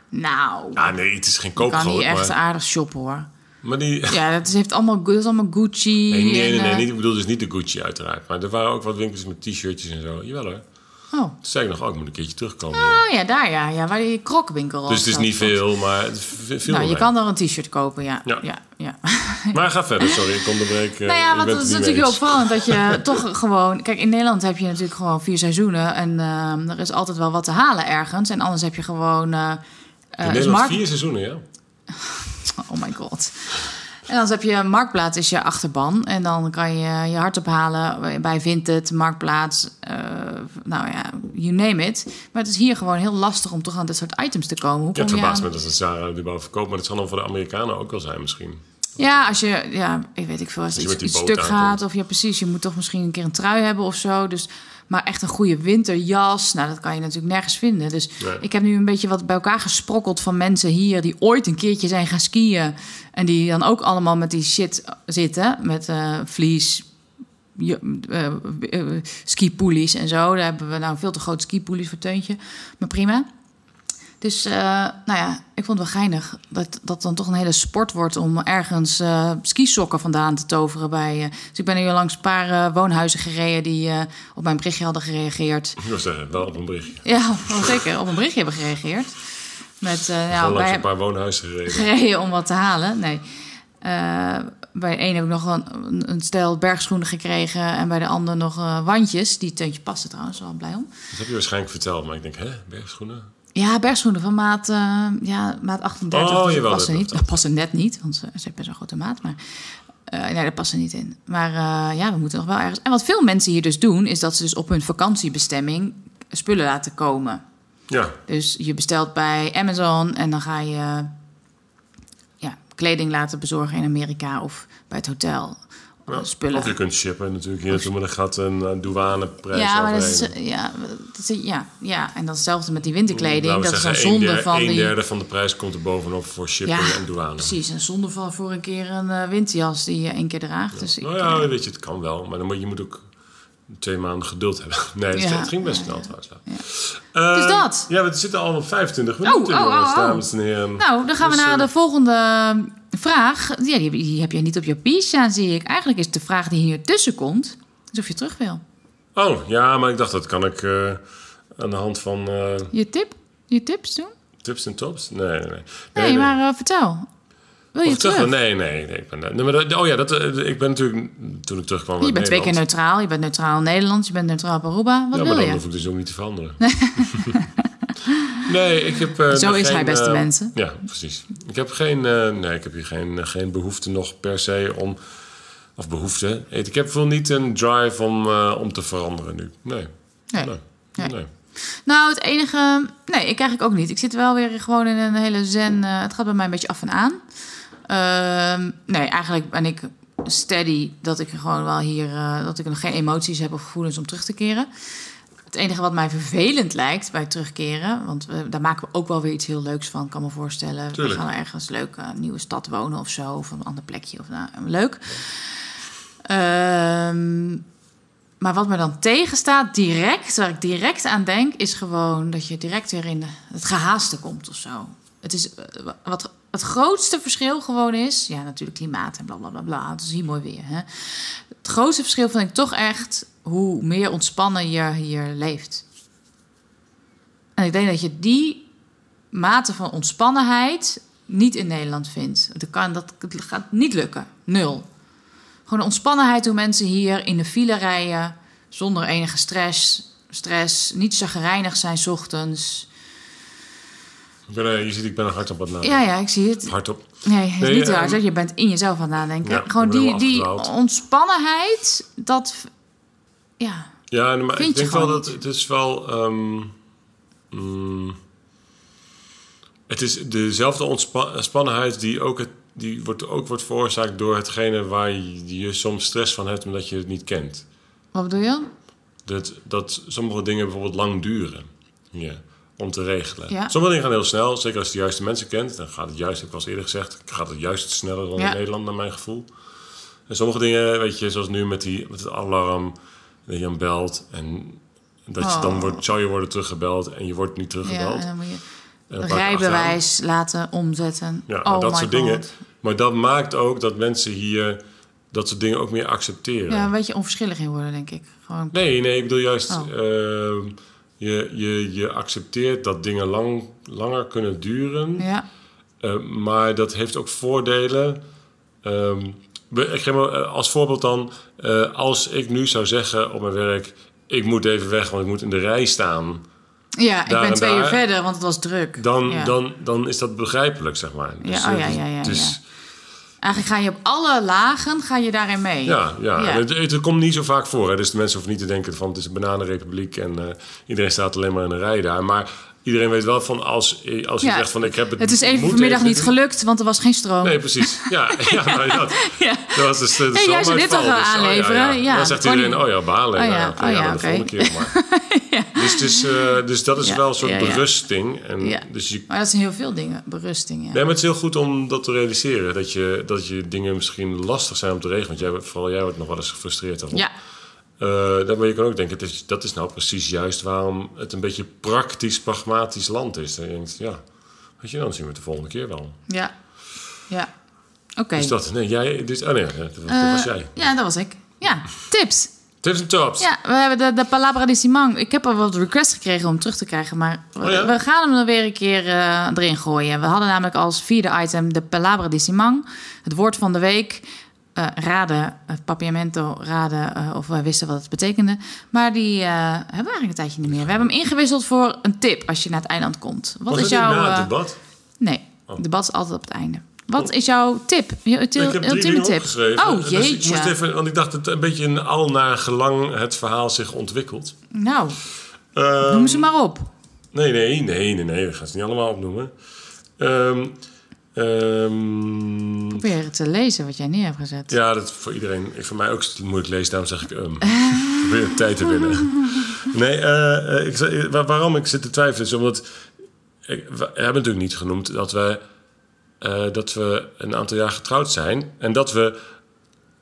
Nou, Ja, nee, het is geen ik kan koopgroot, niet echt maar, aardig shoppen, hoor. maar die... Ja, dat is, heeft allemaal, dat is allemaal Gucci. Nee, nee, en, nee, nee, eh, niet, ik bedoel dus niet de Gucci uiteraard. Maar er waren ook wat winkels met t-shirtjes en zo. Jawel hoor. Oh. Toen zei ik nog, oh, ik moet een keertje terugkomen. oh, ja, daar ja. ja waar die krokwinkel dus het is niet veel, maar het v- v- viel Nou, wel je mee. kan er een t-shirt kopen, Ja. ja. ja, ja. Maar ga verder, sorry, ik onderbreek. eh, Nou ik ja, want ben het het is niet mee natuurlijk heel eens. opvallend dat je toch gewoon... Kijk, in Nederland heb je natuurlijk gewoon vier seizoenen. En ehm, er is altijd wel wat te halen ergens. En anders heb je gewoon... eh, eh, In is Nederland markt- vier seizoenen, ja. Oh my god. En dan heb je Marktplaats is je achterban. En dan kan je je hart ophalen bij Vinted, Marktplaats. eh, nou ja, you name it. Maar het is hier gewoon heel lastig om toch aan dit soort items te komen. Hoe Ik heb kom het je verbaasd aan? me dat het Zara nu boven verkoopt. Maar dat zal dan voor de Amerikanen ook wel zijn misschien. Ja, als je, ja, ik weet ik veel, als je iets, met die iets boot stuk aankomt. gaat of ja, precies, je moet toch misschien een keer een trui hebben of zo. Dus, maar echt een goede winterjas, nou, dat kan je natuurlijk nergens vinden. Dus Nee. ik heb nu een beetje wat bij elkaar gesprokkeld van mensen hier die ooit een keertje zijn gaan skiën en die dan ook allemaal met die shit zitten, met eh vlies. Je, eh, eh, skipoelies en zo. Daar hebben we nou een veel te groot skipoelies voor Teuntje. Maar prima. Dus eh, nou ja, ik vond het wel geinig dat dat dan toch een hele sport wordt om ergens eh skisokken vandaan te toveren. Bij, eh. Dus ik ben hier langs een paar eh, woonhuizen gereden die eh, op mijn berichtje hadden gereageerd. Ik wil zeggen, eh, wel op een berichtje. Ja, wel zeker, op een berichtje hebben gereageerd. Met, eh, Gewoon nou, langs wij, een paar woonhuizen gereden. gereden om wat te halen. Nee. Eh, bij de een heb ik nog een, een, een stel bergschoenen gekregen. En bij de ander nog eh, wandjes. Die teuntje paste trouwens, wel blij om. Dat heb je waarschijnlijk verteld, maar ik denk, hè, bergschoenen? Ja, bergschoenen van maat, eh, ja, maat 38. Oh, Dus die jawel, passen dat niet. klopt. Dat passen net niet, want ze, ze hebben best wel een grote maat. Maar eh, nee, dat past er niet in. Maar eh, ja, we moeten nog wel ergens... En wat veel mensen hier dus doen, is dat ze dus op hun vakantiebestemming spullen laten komen. Ja, Dus je bestelt bij Amazon en dan ga je ja, kleding laten bezorgen in Amerika of bij het hotel. Eh, Ja, Spullen. Of je kunt shippen natuurlijk hier naartoe, maar dan gaat een eh, douaneprijs Ja, maar dat overheen. is, eh, ja, dat is- ja, ja, en dan hetzelfde met die winterkleding. Laten we dat is zeggen, een een zonde derde, van een die... derde van de prijs komt er bovenop voor shipping Ja, en douane. Precies, een zonde van voor een keer een eh, winterjas die je één keer draagt. Dus ik, nou ja, weet je, het kan wel, maar dan moet je moet ook twee maanden geduld hebben. Nee, dat Ja. het ging best snel trouwens. Eh, Dus dat. Ja, we zitten al op 25 minuten, oh, oh, jongens, oh. dames en heren. Nou, dan gaan we Dus, naar eh, de volgende ehm, vraag. Ja, die, heb- die heb jij niet op je piece staan, zie ik. Eigenlijk is de vraag die hier tussen komt, is of je terug wil. Oh, ja, maar ik dacht dat kan ik eh, aan de hand van eh, Je tip? Je tips doen? tips en tops. Nee, nee, nee. Nee, Nee, nee. maar eh, vertel. Wil je Of terug? terug? Nee, nee, nee. Ik ben, nee maar dat- oh ja, dat, eh, ik ben natuurlijk toen ik terugkwam. Je uit bent twee keer Nederland. neutraal. Je bent neutraal Nederlands, je bent neutraal op Aruba. Wat Ja, maar wil dan je? hoef ik dus ook niet te veranderen. nee, ik heb. eh, Zo nog is hij, geen, beste eh, mensen. Ja, precies. Ik heb geen. eh, nee, ik heb hier geen, eh, geen behoefte nog per se om. Of behoefte. Ik heb veel niet een drive om, eh, om te veranderen nu. Nee. Nee. Nee. Nee. nee. Nou, het enige... Nee, ik eigenlijk ook niet. Ik zit wel weer gewoon in een hele zen... eh, het gaat bij mij een beetje af en aan. Ehm, nee, eigenlijk ben ik steady dat ik gewoon wel hier... eh, dat ik nog geen emoties heb of gevoelens om terug te keren. Het enige wat mij vervelend lijkt bij terugkeren... want we- daar maken we ook wel weer iets heel leuks van, kan me voorstellen. Tuurlijk. We gaan ergens leuk eh, een nieuwe stad wonen of zo... of een ander plekje of nou, leuk. Ehm, maar wat me dan tegenstaat, direct, waar ik direct aan denk, is gewoon dat je direct weer in het gehaaste komt of zo. Het is eh, wat het grootste verschil gewoon is. Ja, natuurlijk klimaat en bla bla bla. bla het is hier mooi weer. Hè? Het grootste verschil vind ik toch echt hoe meer ontspannen je hier leeft. En ik denk dat je die mate van ontspannenheid niet in Nederland vindt. Dat, kan, dat het gaat niet lukken. Nul. Gewoon de ontspannenheid hoe mensen hier in de file rijden. Zonder enige stress. stress niet zagrijnig zijn 's ochtends. Ik ben, eh, je ziet, ik ben er hard op wat nadenken. Ja, ja, ik zie het. Hardop. Nee, het is Nee, niet te eh, hard. hè. Je bent in jezelf aan het nadenken. ja, ik Gewoon ben die, helemaal die afgedwaald. ontspannenheid. Dat. Ja. Ja, nee, maar Vind ik je denk wel gewoon dat het is wel. ehm, mm, het is dezelfde ontspa- ontspannenheid die ook, het, die wordt, ook wordt veroorzaakt door hetgene waar je, je soms stress van hebt omdat je het niet kent. Wat bedoel je? Dat, dat sommige dingen bijvoorbeeld lang duren ja, om te regelen. Ja. Sommige dingen gaan heel snel, zeker als je de juiste mensen kent. Dan gaat het juist, heb ik al eens eerder gezegd, gaat het juist sneller dan in Ja. Nederland, naar mijn gevoel. En sommige dingen, weet je, zoals nu met, die, met het alarm, dat je dan belt en dat je Oh. dan wordt, zou je worden teruggebeld en je wordt niet Ja, teruggebeld. en dan moet je En dan pak je achteraan. rijbewijs laten omzetten. Ja, oh maar dat my soort God. dingen. Maar dat maakt ook dat mensen hier dat soort dingen ook meer accepteren. Ja, een beetje onverschillig in worden, denk ik. Gewoon. Nee, nee, ik bedoel juist... Oh. ehm, je, je, je accepteert dat dingen lang, langer kunnen duren. Ja. eh, maar dat heeft ook voordelen. Ehm, we- ik geef maar eh, als voorbeeld dan... eh, als ik nu zou zeggen op mijn werk... ik moet even weg, want ik moet in de rij staan... Ja, ik Daar en ben twee daar. uur verder, want het was druk. dan, ja. dan, dan is dat begrijpelijk, zeg maar. oh eh, ja, ja, ja, het is- Eigenlijk ga je op alle lagen ga je daarin mee. Ja, ja. Ja. En Het, het komt niet zo vaak voor. Hè? Dus de mensen hoeven niet te denken van het is een bananenrepubliek en eh, iedereen staat alleen maar in de rij daar. Maar iedereen weet wel van als, eh, als je Ja. zegt van ik heb het Het is even moet vanmiddag niet doen. gelukt, want er was geen stroom. Nee, precies. Ja, ja, nou, dat, Ja. dat was dus de Hey, jij zou dit toch wel aanleveren? ja, Ja, Dan dat zegt kon iedereen, niet. oh ja, balen. Oh ja, ja, oké, oh ja, ja, dan de oké. volgende keer maar. dus, het is, eh, dus dat is Ja, wel een soort ja, ja. berusting. En Ja. dus je, Maar dat zijn heel veel dingen, berusting. Ja. nee, maar het is heel goed om dat te realiseren. Dat je, dat je dingen misschien lastig zijn om te regelen. Want jij, vooral jij wordt nog wel eens gefrustreerd daarvan. Ja, Eh, daar- maar je kan ook denken, het is, dat is nou precies juist waarom het een beetje praktisch, pragmatisch land is. Dan denk je, ja, weet je, dan zien we het de volgende keer wel. ja, ja. Oké. Dus dat, nee, jij, dus, oh nee, dat, dat Eh, was jij. ja, dat was ik. Ja, tips. Tips en tops. Ja, we hebben de, de Palabra de Simang. Ik heb al wat requests gekregen om terug te krijgen, maar we, Oh ja? we gaan hem er weer een keer eh, erin gooien. We hadden namelijk als vierde item de Palabra de Simang, het woord van de week. eh, raden, het papiamento raden, eh, of wij wisten wat het betekende. Maar die eh, hebben we eigenlijk een tijdje niet meer. We hebben hem ingewisseld voor een tip als je naar het eiland komt. Wat was is dat niet jouw. na eh, het debat? Oh. nee, het debat is altijd op het einde. Wat is jouw tip? Je ulti- ik heb drie ultieme dingen tip. opgeschreven. Oh Dus jeetje. ik moest even, want ik dacht, het, een beetje een al naar gelang het verhaal zich ontwikkelt. Nou, Eh, noem ze maar op. Nee, nee, nee, nee, nee, we gaan ze niet allemaal opnoemen. Ehm ehm, Probeer het te lezen wat jij neer hebt gezet. Ja, dat is voor iedereen. Ik- Voor mij ook moeilijk lezen, daarom zeg ik um. Probeer tijd te winnen. Nee, eh, eh, ik, zei- waar- waarom ik zit te twijfelen is omdat... Ik, we hebben natuurlijk niet genoemd dat we, eh, dat we een aantal jaar getrouwd zijn. En dat we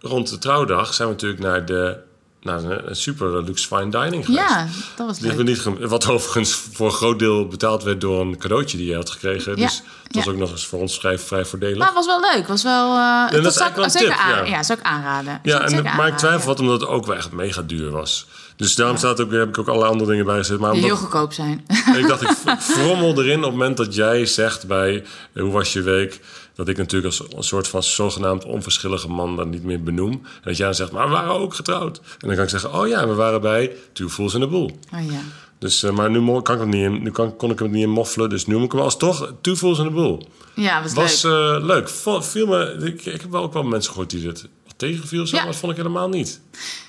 rond de trouwdag zijn we natuurlijk naar de, naar een, een super luxe fine dining geweest. Ja, dat was Die hebben leuk. we niet gem- wat overigens voor een groot deel betaald werd door een cadeautje die je had gekregen. Ja, Dus dat was ja. ook nog eens voor ons vrij, vrij voordelig. Maar het was wel leuk. Was wel, eh, dat, is zou eigenlijk ik wel een zeker tip, aan, ja. ja. zou ik aanraden. Ja, Zou ik en, ah. zeker maar ik aanraden, twijfel ja. wat omdat het ook wel echt mega duur was. Dus daarom staat ook, heb ik ook allerlei andere dingen bij gezet. Maar Die heel omdat, goedkoop zijn. ik dacht, ik v- frommel erin op het moment dat jij zegt bij eh, hoe was je week? Dat ik natuurlijk als een soort van zogenaamd onverschillige man dat niet meer benoem. En dat jij dan zegt, maar we waren ook getrouwd. En dan kan ik zeggen, oh ja, we waren bij Two Fools in the Boel. Oh ja. Dus, eh, maar nu mo- kan ik hem niet in, nu kan, kon ik hem niet in moffelen. Dus nu moet ik hem als toch Two Fools in the Boel. Ja, was, Was leuk. eh, leuk. Vo- Viel me, ik, ik heb wel ook wel mensen gehoord die dit wat tegenviel. Zo, Ja. maar dat vond ik helemaal niet.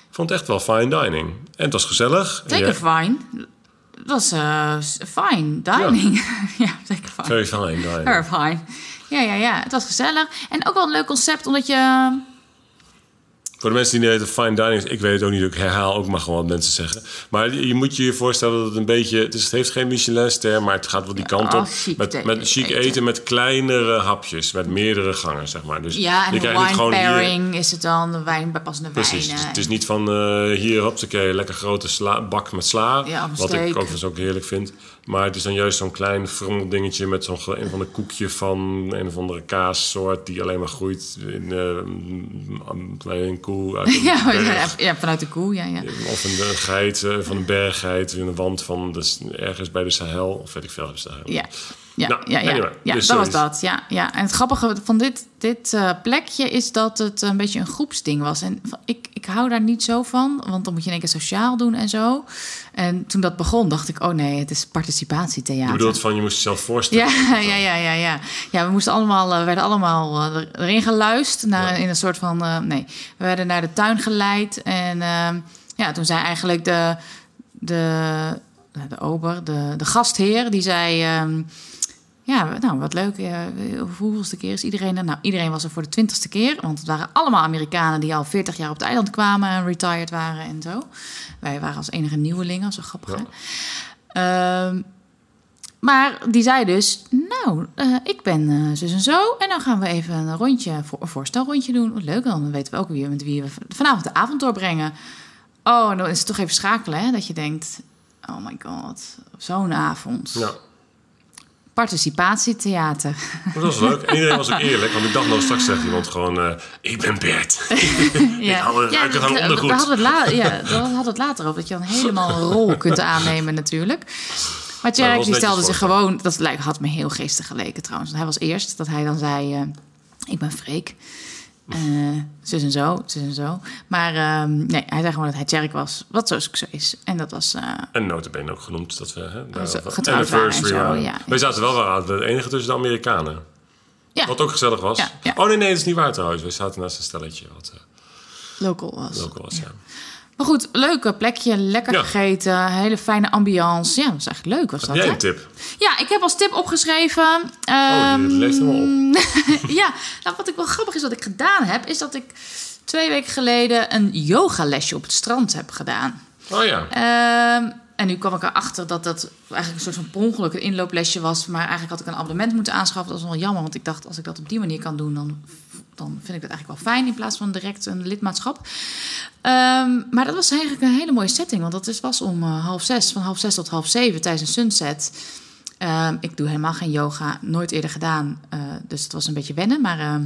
Ik vond het echt wel fine dining. En het was gezellig. En Zeker jij- fine. Dat was eh, s- fine dining. Ja, zeker fine. Very fine dining. Very fine. Ja, ja, ja. Het was gezellig. En ook wel een leuk concept, omdat je... eh, Voor de mensen die niet weten, fine dining is... Ik weet het ook niet, ik herhaal ook maar gewoon wat mensen zeggen. Maar je je moet je je voorstellen dat het een beetje... Dus het heeft geen Michelin-ster, maar het gaat wel die kant oh, op. chic met, te- met chic eten. eten. met kleinere hapjes. Met meerdere gangen, zeg maar. Dus Ja, en je de krijgt niet wine gewoon hier- pairing is het dan. De wijn, bijpassende Precies, wijnen. dus het is niet van eh hier, hopsakee, lekker grote sla, bak met sla. Ja, of een wat ik steak. overigens ook heerlijk vind. Maar het is dan juist zo'n klein frommel dingetje met zo'n ge- een van de koekje van een of andere kaassoort die alleen maar groeit in, eh, m- bij een koe uit een Ja, berg. ja, ja, vanuit de koe, ja, ja. Of een eh, geit eh, van een berggeit in de wand van de, s- ergens bij de Sahel. Of weet ik veel, de Sahel. Ja, ja, eh, Nou, ja, ja. anyway, ja dus dat was zoiets. dat. Ja, ja. En het grappige van dit, dit eh, plekje is dat het een beetje een groepsding was. En van- ik, ik hou daar niet zo van, want dan moet je in één keer sociaal doen en zo. En toen dat begon, dacht ik, oh nee, het is Je participatietheater. bedoelt van, je moest jezelf voorstellen. Ja, ja, ja, ja, ja. Ja, we moesten allemaal, eh, werden allemaal eh, er- erin geluisterd. Naar, In een soort van, eh, nee, we werden naar de tuin geleid. En ehm, ja, toen zei eigenlijk de, de, nou, de ober, de, de gastheer, die zei... ehm, ja, nou, wat leuk. eh, hoeveelste keer is iedereen er? Nou, iedereen was er voor de twintigste keer. Want het waren allemaal Amerikanen die al 40 jaar op het eiland kwamen... en retired waren en zo. Wij waren als enige nieuwelingen, zo grappig, hè? Ehm, maar die zei dus, nou, eh, ik ben eh, zus en zo. En dan gaan we even een rondje, voor, een voorstelrondje doen. Wat leuk, dan weten we ook weer met wie we v- vanavond de avond doorbrengen. Oh, en dan is het toch even schakelen, hè? Dat je denkt, oh my god, zo'n avond. Ja. Participatietheater. Maar dat was leuk. En iedereen was ook eerlijk. Want ik dacht nog straks zegt iemand gewoon... eh, ik ben Bert. Ja, had het uit het dat- hangen dat- ondergoed. daar hadden we het la- ja, daar hadden we het later over. Dat je dan helemaal een rol kunt aannemen natuurlijk. Maar Maar Tjerk dat was die stelde netjes zich voor. gewoon... Dat lijkt- had me heel geestig geleken trouwens. Hij was eerst dat hij dan zei... eh, ik ben Freek. Eh, zus en zo, zus en zo. Maar ehm, nee, hij zei gewoon dat hij Tjerk was. Wat zo zo is. En dat was... eh, En notabene ook genoemd dat we hè, daar- zo, of- getrouwd waren en zo, waren. ja. Wij zaten wel waar, de enige tussen de Amerikanen. ja, Wat ook gezellig was. Ja, ja. Oh nee, nee, dat is niet waar trouwens. Wij zaten naast een stelletje wat eh, local was. local was. Ja. Maar goed, leuke plekje. Lekker Ja. gegeten. Hele fijne ambiance. Ja, dat was eigenlijk leuk. Was Heb dat, jij hè? een tip? Ja, ik heb als tip opgeschreven. Oh, ehm, je leest helemaal ja, nou, wat ik wel grappig is wat ik gedaan heb, is dat ik twee weken geleden een yogalesje op het strand heb gedaan. Oh ja. Ehm, en nu kwam ik erachter dat dat eigenlijk een soort van per ongeluk een inlooplesje was. Maar eigenlijk had ik een abonnement moeten aanschaffen. Dat is wel jammer, want ik dacht als ik dat op die manier kan doen, dan, dan vind ik dat eigenlijk wel fijn. In plaats van direct een lidmaatschap. Ehm, maar dat was eigenlijk een hele mooie setting. Want dat is, was om eh, half zes, van half zes tot half zeven tijdens een sunset. Ehm, ik doe helemaal geen yoga, nooit eerder gedaan. eh, dus het was een beetje wennen. Maar ehm,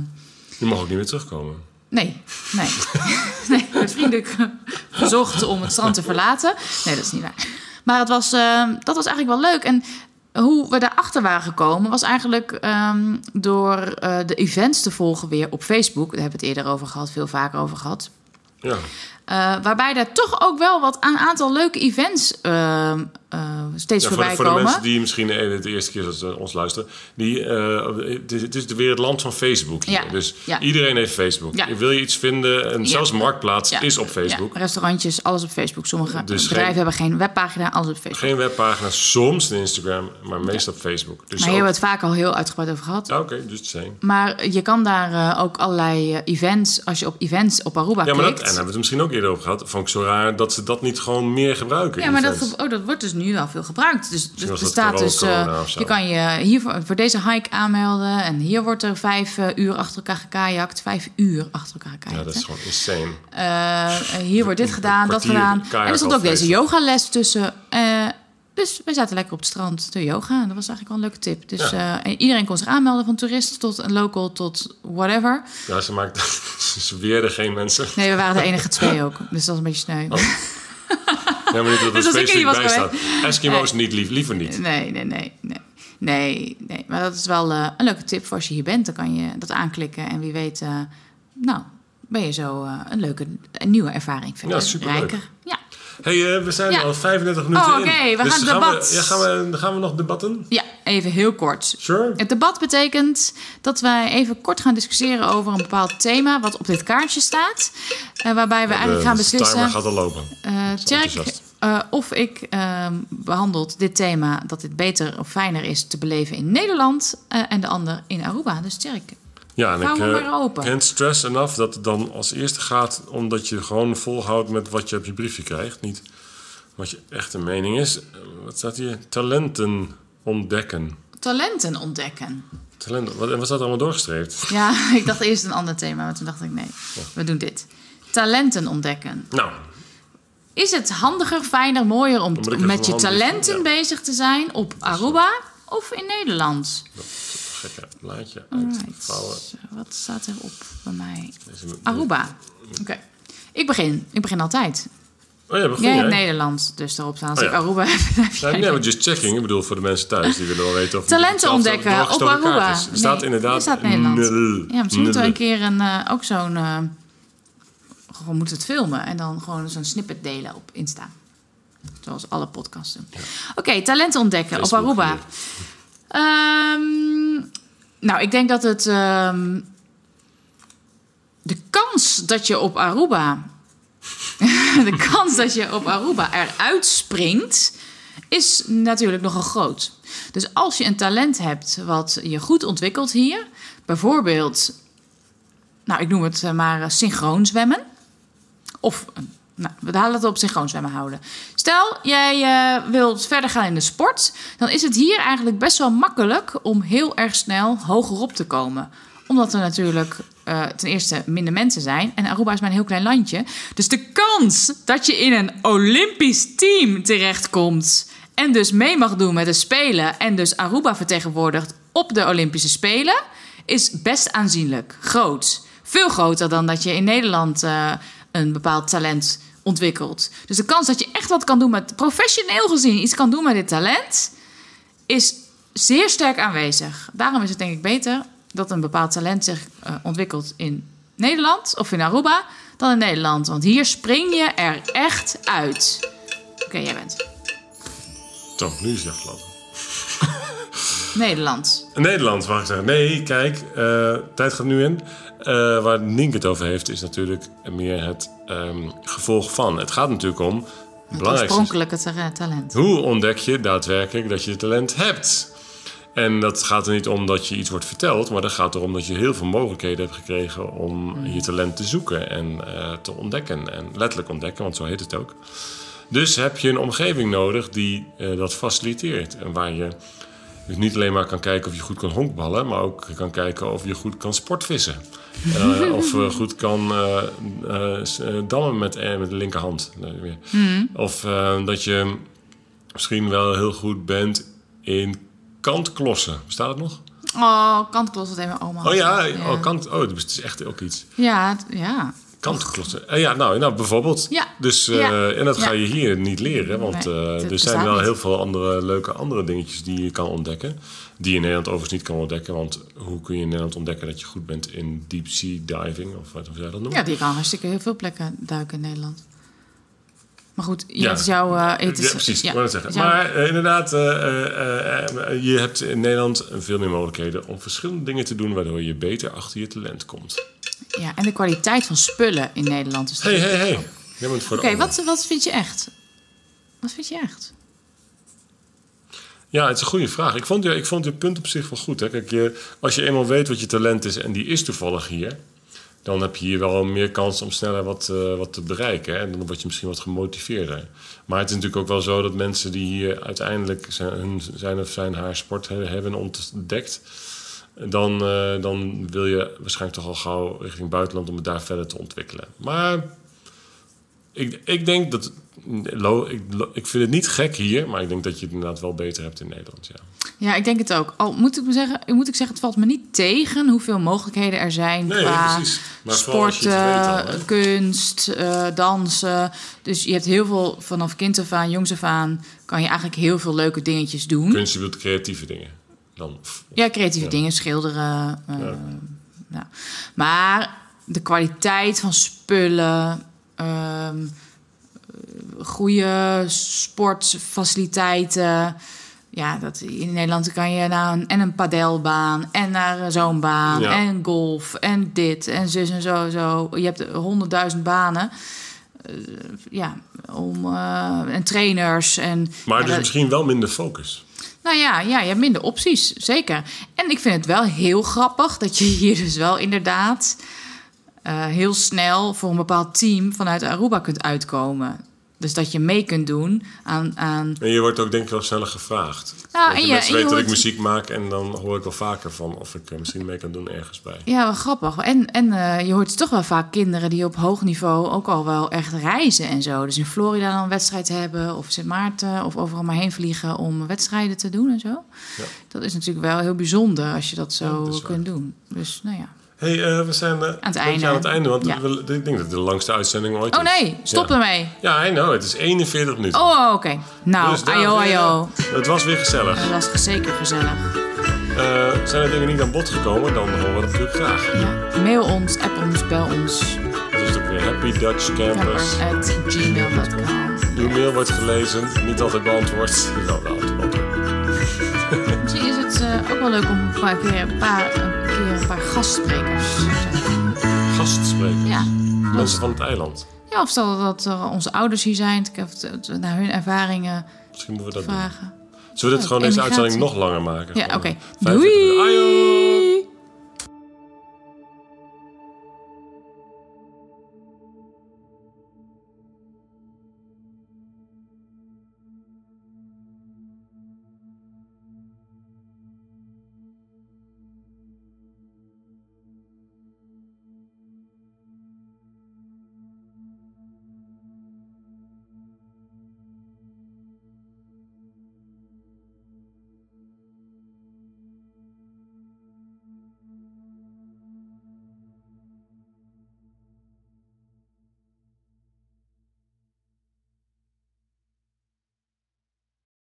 Je mag ook niet meer terugkomen. Nee, nee. nee ik werd vriendelijk verzocht om het strand te verlaten. Nee, dat is niet waar. Maar het was, eh, dat was eigenlijk wel leuk. En hoe we daarachter waren gekomen was eigenlijk ehm, door eh, de events te volgen weer op Facebook. Daar hebben we het eerder over gehad, veel vaker over gehad. Ja. Eh, waarbij daar toch ook wel wat een aantal leuke events ehm, eh, steeds Ja, voor, de, voorbij voor de komen. mensen die misschien eh, de eerste keer dat ze ons luisteren. Die, eh, het, is, het is weer het land van Facebook. hier. Ja, Dus ja. iedereen heeft Facebook. Ja. Wil je iets vinden? En zelfs Marktplaats Ja, is op Facebook. ja, restaurantjes, alles op Facebook. Sommige Dus bedrijven geen- hebben geen webpagina, alles op Facebook. Geen webpagina, soms een Instagram, maar meestal op Facebook. Dus maar hier ook- hebben we het vaak al heel uitgebreid over gehad. Ja, Oké, dus het zijn. Maar je kan daar eh, ook allerlei eh, events, als je op events op Aruba Ja, maar dat, en klikt. daar hebben we het misschien ook eerder over gehad. Vond ik zo raar dat ze dat niet gewoon meer gebruiken. ja, in maar de dat, fans. ge- oh, dat wordt dus nu al veel veel gebruikt. Dus Misschien was het dat bestaat corona- dus. corona eh, of zo. je kan je hier voor, voor deze hike aanmelden. En hier wordt er vijf eh, uur achter elkaar gekajakt. Vijf uur achter elkaar gekajakt. Ja, dat hè. is gewoon insane. Eh, hier wordt dit gedaan, dat kwartier gedaan. kajak En er stond ook afwezen. deze yogales tussen. Eh, dus we zaten lekker op het strand te yoga. Dat was eigenlijk wel een leuke tip. Dus eh, en iedereen kon zich aanmelden, van toerist tot een local tot whatever. Ja, ze maakt... ze weerden geen mensen. Nee, we waren de enige twee ook. Dus dat is een beetje sneu. Oh. Ja, maar niet dat er Dus als ik er specifiek niet was Eh. bij staat. Eskimo's niet, lief, liever niet. Nee, nee, nee, nee. Nee, nee. Maar dat is wel eh, een leuke tip voor als je hier bent. Dan kan je dat aanklikken. En wie weet, eh, nou, ben je zo eh, een leuke, een nieuwe ervaring verder. Ja, superleuk. Rijker. Ja. hey, eh, we zijn Ja. al 35 minuten Oh, in. oké, we gaan debat. We, ja, gaan, we, gaan we nog debatten? ja, even heel kort. Sure. Het debat betekent dat wij even kort gaan discussiëren over een bepaald thema wat op dit kaartje staat. eh, waarbij we eigenlijk De gaan timer beslissen, gaat al lopen. eh Tjerk, enthousiast. eh, of ik ehm, behandelt dit thema dat dit beter of fijner is te beleven in Nederland eh, en de ander in Aruba. Dus Tjerk, Ja, en Hou ik hem eh, maar open. can't stress enough dat het dan als eerste gaat... omdat je gewoon volhoudt met wat je op je briefje krijgt. Niet wat je echte mening is. Eh, Wat staat hier? Talenten ontdekken. talenten ontdekken. Talenten. Wat, en wat staat er allemaal doorgestreept? Ja, ik dacht eerst een ander thema, maar toen dacht ik nee, we doen dit. Talenten ontdekken. Nou, Is het handiger, fijner, mooier om moet ik t- even met je mijn handen talenten even- bezig te zijn op Aruba of in Nederland? gekke blaadje Alright. uitvouwen. Wat staat erop bij mij? Deze moet- Aruba. Oké. Ik begin. Ik begin altijd. Oh ja, begon Jij jij? hebt Nederland, dus daarop staan. Als Oh ik ja. Aruba heb, dan heb Ja, jij nee, maar just checking. Ik bedoel, voor de mensen thuis die willen wel weten of Talenten het hetzelfde ontdekken op doorgestoken kaart Aruba. is. Er Nee, staat inderdaad er staat Nederland. nul. Ja, misschien moeten we een Nul. keer een, eh, ook zo'n... eh, gewoon moeten het filmen en dan gewoon zo'n snippet delen op Insta. Zoals alle podcasts doen. Oké, talenten ontdekken Facebook op Aruba. hier. Ehm, nou, ik denk dat het... ehm, de kans dat je op Aruba... de kans dat je op Aruba eruit springt... is natuurlijk nogal groot. Dus als je een talent hebt wat je goed ontwikkelt hier... bijvoorbeeld nou, ik noem het eh, maar eh, synchroon zwemmen. Of, eh, nou, we halen het op synchroon zwemmen houden. Stel, jij eh, wilt verder gaan in de sport. Dan is het hier eigenlijk best wel makkelijk om heel erg snel hogerop te komen. Omdat er natuurlijk eh, ten eerste minder mensen zijn. En Aruba is maar een heel klein landje. Dus de kans dat je in een Olympisch team terechtkomt. En dus mee mag doen met de Spelen. En dus Aruba vertegenwoordigt op de Olympische Spelen is best aanzienlijk, groot. Veel groter dan dat je in Nederland eh, een bepaald talent ontwikkelt. Dus de kans dat je echt wat kan doen met, professioneel gezien, iets kan doen met dit talent, is zeer sterk aanwezig. Daarom is het denk ik beter dat een bepaald talent zich eh, ontwikkelt in Nederland of in Aruba dan in Nederland. Want hier spring je er echt uit. Oké, jij bent Zo, nu is het afgelopen. Nederland. Nederland, mag ik zeggen. Nee, kijk, eh, tijd gaat nu in. Eh, waar Nink het over heeft, is natuurlijk meer het ehm, gevolg van. Het gaat natuurlijk om... Het Het belangrijkste is- oorspronkelijke ta- talent. Hoe ontdek je daadwerkelijk dat je talent hebt? En dat gaat er niet om dat je iets wordt verteld, maar dat gaat erom dat je heel veel mogelijkheden hebt gekregen om je talent te zoeken en eh, te ontdekken. En letterlijk ontdekken, want zo heet het ook. Dus heb je een omgeving nodig die eh, dat faciliteert. En waar je dus niet alleen maar kan kijken of je goed kan honkballen, maar ook kan kijken of je goed kan sportvissen. Eh, of eh, goed kan eh, eh, s- eh, dammen met, eh, met de linkerhand. Nee, weer. Of eh, dat je misschien wel heel goed bent in kantklossen. Bestaat het nog? Oh, kantklos, dat even oma. Oh ja, gezegd. Oh, kant, oh, het is echt ook iets. Ja, het- ja. Kantklossen. Eh, ja, nou, nou bijvoorbeeld. Ja. Dus, eh, Ja. En dat ga Ja. je hier niet leren, want Nee, eh, dat er bestaat zijn wel niet. heel veel andere leuke andere dingetjes die je kan ontdekken. Die je in Nederland overigens niet kan ontdekken, want hoe kun je in Nederland ontdekken dat je goed bent in deep sea diving of wat hoe zou je dat noemen? ja, die kan hartstikke heel veel plekken duiken in Nederland. Maar goed, ja, Ja. het is jouw... eh, het is- Ja, precies. ja, ik wou dat zeggen. het is jouw- Maar eh, inderdaad, eh, eh, eh, je hebt in Nederland veel meer mogelijkheden om verschillende dingen te doen, waardoor je beter achter je talent komt. ja, en de kwaliteit van spullen in Nederland is... Hé, natuurlijk- hé, hé. Jij bent voor de Oké, ander. wat, wat vind je echt? Wat vind je echt? Ja, het is een goede vraag. Ik vond, je, ik vond je punt op zich wel goed. Hè? Kijk, je, als je eenmaal weet wat je talent is en die is toevallig hier, dan heb je hier wel meer kans om sneller wat, eh, wat te bereiken. Hè? En dan word je misschien wat gemotiveerder. Maar het is natuurlijk ook wel zo dat mensen die hier uiteindelijk zijn, hun, zijn of zijn haar sport he- hebben ontdekt, dan, eh, dan wil je waarschijnlijk toch al gauw richting buitenland om het daar verder te ontwikkelen. Maar ik, ik denk dat. lo- Ik, lo- ik vind het niet gek hier, maar ik denk dat je het inderdaad wel beter hebt in Nederland. Ja. Ja, ik denk het ook. Al moet ik, me zeggen, moet ik zeggen, het valt me niet tegen hoeveel mogelijkheden er zijn Nee, qua precies. Maar vooral als sport, je het weet al, hè. eh, kunst, eh, dansen. Dus je hebt heel veel vanaf kind af aan, jongs af aan, kan je eigenlijk heel veel leuke dingetjes doen. Kunst, je bedoelt creatieve dingen. Dan, Ja, creatieve Ja. dingen, schilderen. eh, Ja. nou. Maar de kwaliteit van spullen, ehm, eh, goede sportfaciliteiten. Ja, dat, in Nederland kan je naar een, en een padelbaan en naar eh, zo'n baan Ja. en golf en dit en zus en zo. zo. Je hebt honderdduizend banen. eh, ja, om, eh, en trainers en... maar ja, dus dat- misschien wel minder focus. nou ja, ja, je hebt minder opties, zeker. En ik vind het wel heel grappig dat je hier dus wel inderdaad eh, heel snel voor een bepaald team vanuit Aruba kunt uitkomen. Dus dat je mee kunt doen aan. aan En je wordt ook denk ik wel sneller gevraagd. Nou, Want en de je- mensen en je weten dat ik hoort- muziek maak en dan hoor ik wel vaker van of ik eh, misschien mee kan doen ergens bij. ja, wel grappig. En, en eh, je hoort toch wel vaak kinderen die op hoog niveau ook al wel echt reizen en zo. Dus in Florida dan een wedstrijd hebben, of Sint Maarten, of overal maar heen vliegen om wedstrijden te doen en zo. Ja. Dat is natuurlijk wel heel bijzonder als je dat zo dat is waar. kunt doen. Dus nou ja. hey, eh, we zijn eh, een beetje einde. aan het einde, want Ja. we- ik denk dat het de langste uitzending ooit Oh is. nee, stop ja. ermee. Ja, I know, het is 41 minuten. Oh, oké. Nou, Dus dames en ajo, heren, ajo. Het was weer gezellig. Dat was zeker gezellig. Eh, zijn er dingen niet aan bod gekomen, dan horen we dat natuurlijk graag. Ja. Mail ons, app ons, bel ons. Dat is ook weer Happy Dutch Campers. Campers at gmail.com. Uw mail wordt gelezen, niet altijd beantwoord. Wel beantwoord. Misschien is het eh, ook wel leuk om een paar keer een paar, een keer een paar gastsprekers te zijn. Gastsprekers. Ja. Mensen van het eiland. Ja, of stel dat er onze ouders hier zijn, dat ik even t- t- naar hun ervaringen Misschien moeten we dat doen. vragen. Zullen we dit Oh, gewoon deze emigratie. uitzending nog langer maken? Ja, Gewoon, oké. eh, 45 minuten. Doei! Ajo!